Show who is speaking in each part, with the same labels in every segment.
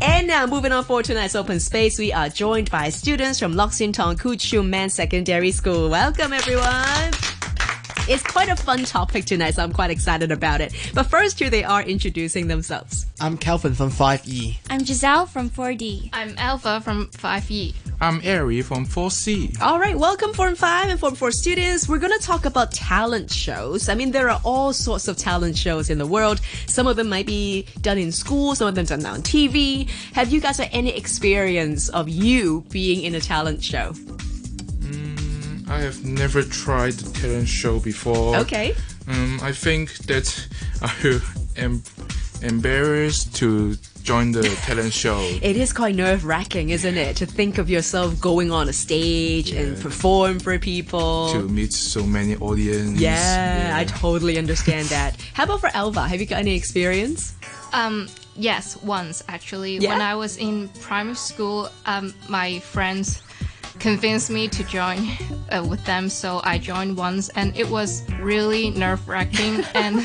Speaker 1: And now moving on for tonight's open space, we are joined by students from Loxington Kuchu Man Secondary School. Welcome everyone. It's quite a fun topic tonight, so I'm quite excited about it. But first here they are introducing themselves.
Speaker 2: I'm Calvin from E. 5E.
Speaker 3: I'm Giselle from 4D.
Speaker 4: I'm Alpha from 5E.
Speaker 5: I'm Ari from 4C.
Speaker 1: All right, welcome Form 5 and Form 4 students. We're going to talk about talent shows. I mean, there are all sorts of talent shows in the world. Some of them might be done in school, some of them done on TV. Have you guys had any experience of you being in a talent show?
Speaker 5: I have never tried the talent show before.
Speaker 1: Okay.
Speaker 5: Um, I think that I am embarrassed to join the talent show.
Speaker 1: It is quite nerve wracking, isn't it? To think of yourself going on a stage and perform for people.
Speaker 5: To meet so many audience.
Speaker 1: Yeah, I totally understand that. How about for Elva? Have you got any experience?
Speaker 4: Um, yes, once actually.
Speaker 1: Yeah?
Speaker 4: When I was in primary school, um, my friends convinced me to join uh, with them, so I joined once, and it was really nerve wracking. and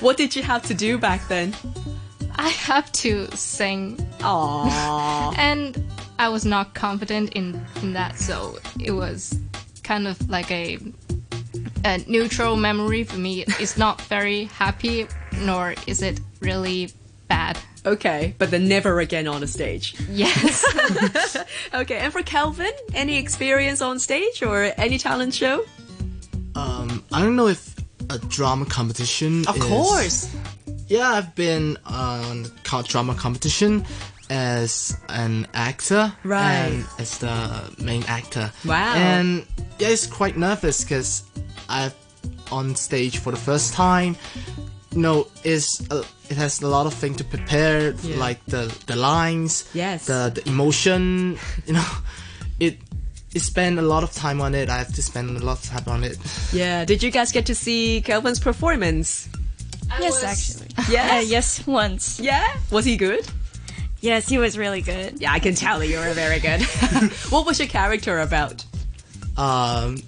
Speaker 1: What did you have to do back then?
Speaker 4: I have to sing,
Speaker 1: Aww.
Speaker 4: and I was not confident in in that, so it was kind of like a a neutral memory for me. It's not very happy, nor is it really bad.
Speaker 1: okay, but then never again on a stage.
Speaker 4: Yes.
Speaker 1: Okay, and for Calvin, any experience on stage or any talent show?
Speaker 2: Um, I don't know if a drama competition. is- Yeah, I've been on co- drama competition as an actor.
Speaker 1: Right.
Speaker 2: And as the main actor.
Speaker 1: Wow.
Speaker 2: And yeah, it's quite nervous because I've on stage for the first time. You know, it's a, it has a lot of things to prepare,
Speaker 1: Yeah.
Speaker 2: like the the lines.
Speaker 1: Yes.
Speaker 2: The the emotion. You know, it. It spend a lot of time on it. I have to spend a lot of time on it.
Speaker 1: Yeah, did you guys get to see Calvin's performance?
Speaker 3: yes, actually.
Speaker 1: Yes.
Speaker 3: Uh, yes, once.
Speaker 1: Yeah? Was he good?
Speaker 3: Yes, he was really good.
Speaker 1: Yeah, I can tell you were very good. what was your character about?
Speaker 2: Um,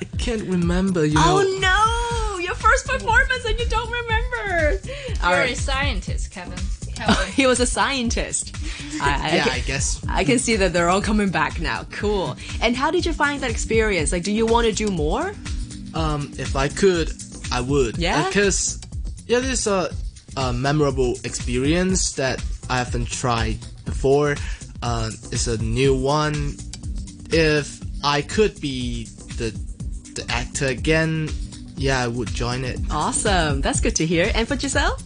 Speaker 2: I can't remember. You
Speaker 1: Oh
Speaker 2: know.
Speaker 1: no! Your first performance and you don't remember! All
Speaker 4: You're a
Speaker 1: right.
Speaker 4: scientist, Kevin.
Speaker 1: He was a scientist. I, I,
Speaker 2: Yeah,
Speaker 1: can,
Speaker 2: I guess.
Speaker 1: I can see that they're all coming back now. Cool. And how did you find that experience? Like, do you want to do more?
Speaker 2: Um, if I could, I would. Uh,
Speaker 1: Yeah?
Speaker 2: Because it is a, a memorable experience that I haven't tried before. Uh, it's a new one. If I could be the the actor again, yeah, I would join it.
Speaker 1: Awesome. That's good to hear. And for Giselle?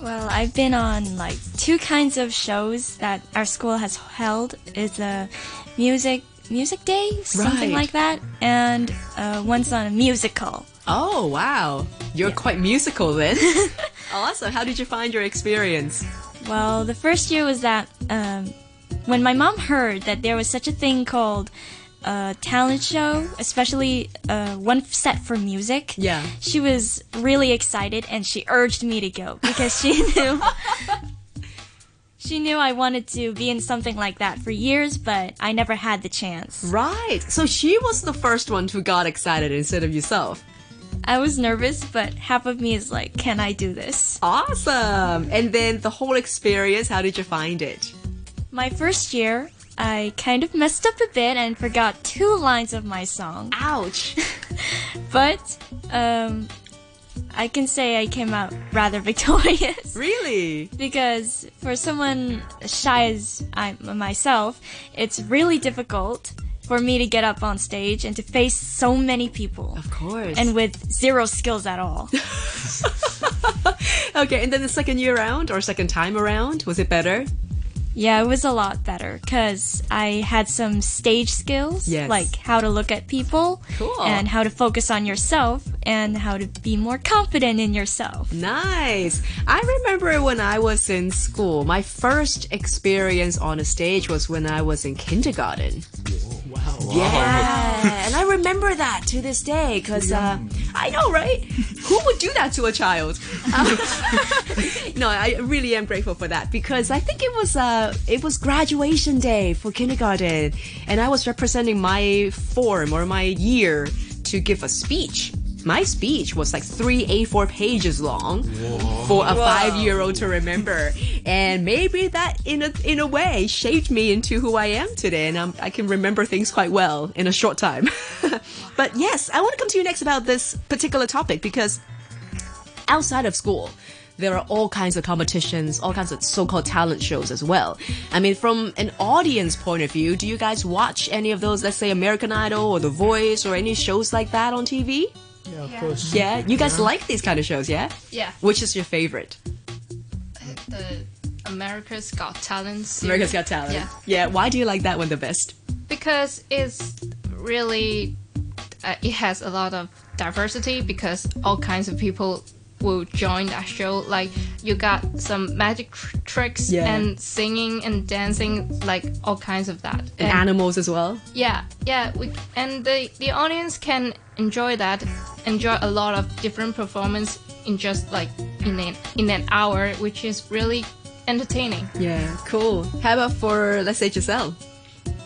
Speaker 3: Well, I've been on like two kinds of shows that our school has held. It's a music music day, something
Speaker 1: Right.
Speaker 3: like that, and uh, once on a musical.
Speaker 1: Oh, wow. You're quite musical then. awesome. How did you find your experience?
Speaker 3: Well, the first year was that um, when my mom heard that there was such a thing called a talent show, especially uh, one set for music.
Speaker 1: Yeah.
Speaker 3: She was really excited and she urged me to go because she knew she knew I wanted to be in something like that for years, but I never had the chance.
Speaker 1: Right. So she was the first one who got excited instead of yourself.
Speaker 3: I was nervous, but half of me is like, can I do this?
Speaker 1: Awesome. And then the whole experience, how did you find it?
Speaker 3: My first year, I kind of messed up a bit and forgot two lines of my song.
Speaker 1: Ouch.
Speaker 3: but um, I can say I came out rather victorious
Speaker 1: really?
Speaker 3: because for someone shy as I myself, it's really difficult for me to get up on stage and to face so many people
Speaker 1: Of course.
Speaker 3: and with zero skills at all.
Speaker 1: okay, and then the second year round or second time around, was it better?
Speaker 3: yeah, it was a lot better because I had some stage skills,
Speaker 1: Yes.
Speaker 3: like how to look at people
Speaker 1: Cool.
Speaker 3: and how to focus on yourself and how to be more confident in yourself.
Speaker 1: Nice. I remember when I was in school, my first experience on a stage was when I was in kindergarten.
Speaker 2: Wow.
Speaker 1: Yeah, and I remember that to this day because uh, I know, right? Who would do that to a child? Um, no, I really am grateful for that because I think it was uh, it was graduation day for kindergarten, and I was representing my form or my year to give a speech. my speech was like three A4 pages long for a five-year-old to remember, and maybe that in a in a way shaped me into who I am today, and I'm, I can remember things quite well in a short time. but yes, I want to come to you next about this particular topic because outside of school, there are all kinds of competitions, all kinds of so-called talent shows as well. I mean, from an audience point of view, do you guys watch any of those, let's say American Idol or The Voice or any shows like that on TV?
Speaker 2: Yeah, of course.
Speaker 1: Yeah, you guys like these kind of shows, yeah?
Speaker 4: Yeah.
Speaker 1: Which is your favorite?
Speaker 4: The America's Got Talent. series.
Speaker 1: America's Got Talent.
Speaker 4: Yeah.
Speaker 1: Yeah, why do you like that one the best?
Speaker 4: because it's really uh, it has a lot of diversity because all kinds of people will join that show like you got some magic tr- tricks
Speaker 1: Yeah.
Speaker 4: and singing and dancing like all kinds of that
Speaker 1: And animals as well?
Speaker 4: yeah yeah we, and the the audience can enjoy that enjoy a lot of different performance in just like in an in an hour which is really entertaining
Speaker 1: Yeah, cool. How about for, let's say, Giselle?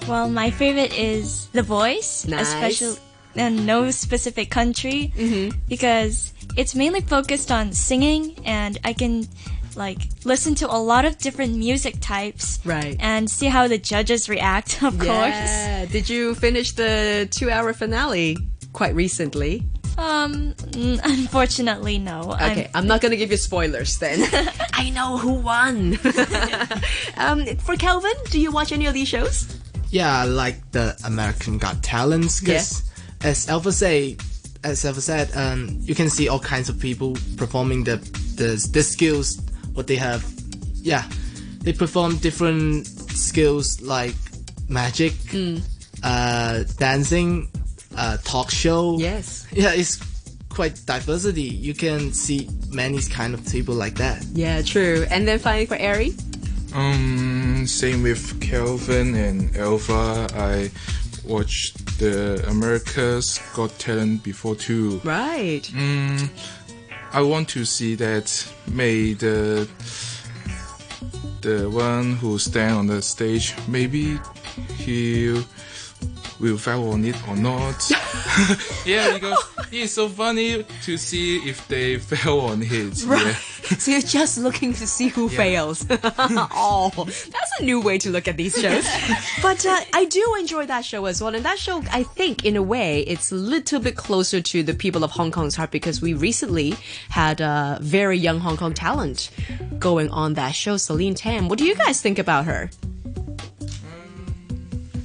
Speaker 3: Well, my favorite is The Voice,
Speaker 1: Nice.
Speaker 3: especially and no specific country
Speaker 1: Mm-hmm.
Speaker 3: because it's mainly focused on singing and I can like listen to a lot of different music types
Speaker 1: Right.
Speaker 3: and see how the judges react, of course.
Speaker 1: Yeah. Did you finish the two-hour finale quite recently?
Speaker 3: Um, mm, unfortunately, no.
Speaker 1: Okay, I'm, not gonna give you spoilers then. I know who won. um, for Kelvin, do you watch any of these shows?
Speaker 2: Yeah, I like the American Got Talents because, as Alpha say, as Alpha said, um, you can see all kinds of people performing the the, the skills what they have. Yeah, they perform different skills like magic, uh, dancing, uh, talk show.
Speaker 1: Yes.
Speaker 2: yeah, it's quite diversity. You can see many kind of people like that.
Speaker 1: Yeah, true. And then finally for Ari.
Speaker 5: Um, same with Kelvin and Alpha. I watched the America's Got Talent before too.
Speaker 1: Right.
Speaker 5: I want to see that may the the one who stand on the stage maybe he will fail on it or not. yeah, because it's so funny to see if they fail on it. Yeah.
Speaker 1: So you're just looking to see who fails. oh, that's a new way to look at these shows. but uh, I do enjoy that show as well. And that show, I think, in a way, it's a little bit closer to the people of Hong Kong's heart because we recently had a very young Hong Kong talent going on that show, Celine Tam. What do you guys think about her?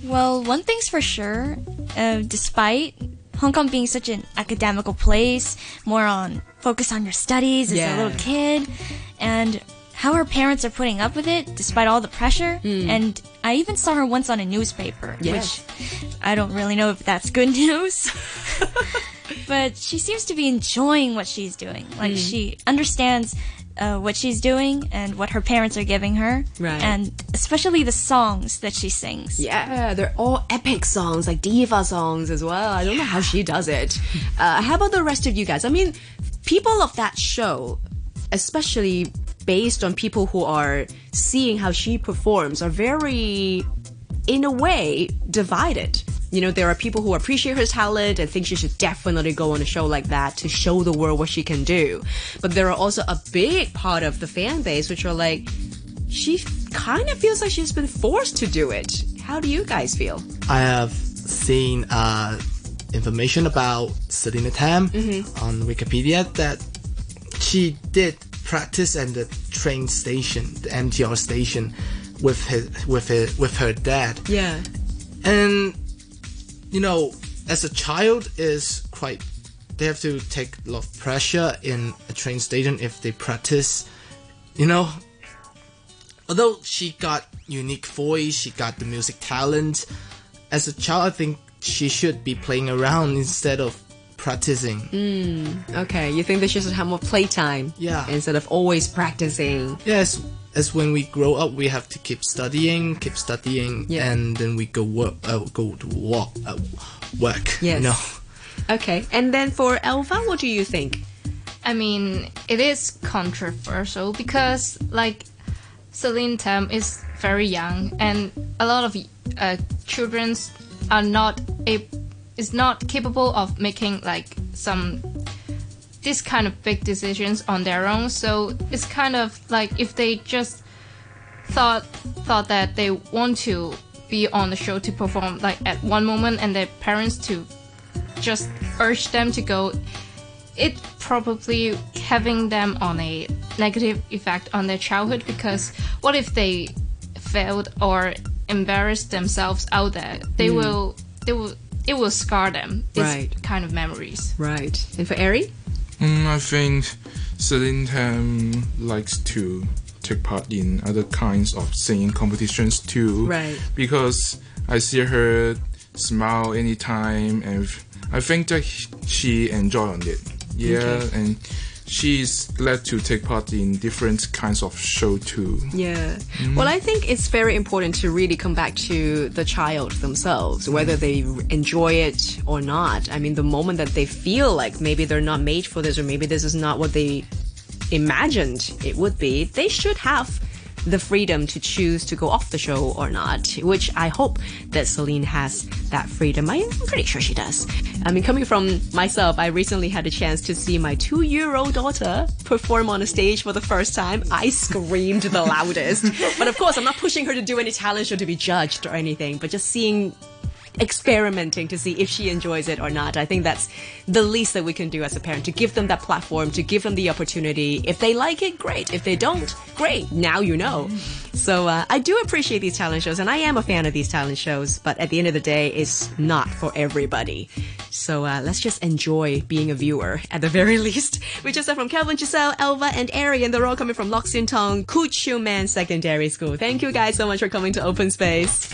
Speaker 3: Well, one thing's for sure, uh, despite Hong Kong being such an academical place, more on focus on your studies as
Speaker 1: Yeah.
Speaker 3: a little kid, and how her parents are putting up with it despite all the pressure.
Speaker 1: Hmm.
Speaker 3: And I even saw her once on a newspaper,
Speaker 1: Yeah.
Speaker 3: which I don't really know if that's good news. but she seems to be enjoying what she's doing. Like
Speaker 1: Hmm.
Speaker 3: she understands uh, what she's doing and what her parents are giving her,
Speaker 1: Right.
Speaker 3: and especially the songs that she sings.
Speaker 1: Yeah, they're all epic songs, like diva songs as well. I don't know how she does it. Uh, how about the rest of you guys? I mean, people of that show, especially based on people who are seeing how she performs, are very, in a way, divided. You know, there are people who appreciate her talent and think she should definitely go on a show like that to show the world what she can do. But there are also a big part of the fan base which are like, she kind of feels like she's been forced to do it. How do you guys feel?
Speaker 2: I have seen uh, information about Selena Tam on Wikipedia that she did practice at the train station, the MTR station, with his, with her, with her dad,
Speaker 1: Yeah.
Speaker 2: and you know, as a child is quite. They have to take a lot of pressure in a train station if they practice. You know, although she got unique voice, she got the music talent. As a child, I think she should be playing around instead of practicing.
Speaker 1: Mm. Okay. You think that she should have more playtime?
Speaker 2: Yeah.
Speaker 1: Instead of always practicing.
Speaker 2: Yes, as when we grow up, we have to keep studying, keep studying,
Speaker 1: Yeah.
Speaker 2: and then we go work, uh, go to walk, uh, work.
Speaker 1: Yes.
Speaker 2: You know,
Speaker 1: Okay. And then for Elva, what do you think?
Speaker 4: I mean, it is controversial because like Celine Tam is very young, and a lot of uh, children are not a is not capable of making like some this kind of big decisions on their own. So it's kind of like if they just thought thought that they want to be on the show to perform like at one moment and their parents to just urge them to go it probably having them on a negative effect on their childhood because what if they failed or embarrassed themselves out there they will they will it will scar them It's
Speaker 1: Right.
Speaker 4: kind of memories
Speaker 1: Right. And for Ari?
Speaker 5: Mm, I think Celine Tam likes to take part in other kinds of singing competitions too.
Speaker 1: Right.
Speaker 5: Because I see her smile anytime, and I think that she enjoy on it. Yeah, and she's glad to take part in different kinds of show too.
Speaker 1: Yeah. Well, I think it's very important to really come back to the child themselves, whether they r- enjoy it or not. I mean, the moment that they feel like maybe they're not made for this or maybe this is not what they imagined it would be, they should have the freedom to choose to go off the show or not, which I hope that Celine has that freedom. I- I'm pretty sure she does. I mean, coming from myself, I recently had a chance to see my two year old daughter perform on a stage for the first time. I screamed the loudest. but of course, I'm not pushing her to do any talent show to be judged or anything, but just seeing experimenting to see if she enjoys it or not. I think that's the least that we can do as a parent to give them that platform, to give them the opportunity. If they like it, great. If they don't, great. Now you know. So uh, I do appreciate these talent shows, and I am a fan of these talent shows, but at the end of the day, it's not for everybody. So uh, let's just enjoy being a viewer at the very least. We just heard from Kelvin, Giselle, Elva, and Ari, and they're all coming from Lok Sin Tong, Kuchu Man Secondary School. Thank you guys so much for coming to Open Space.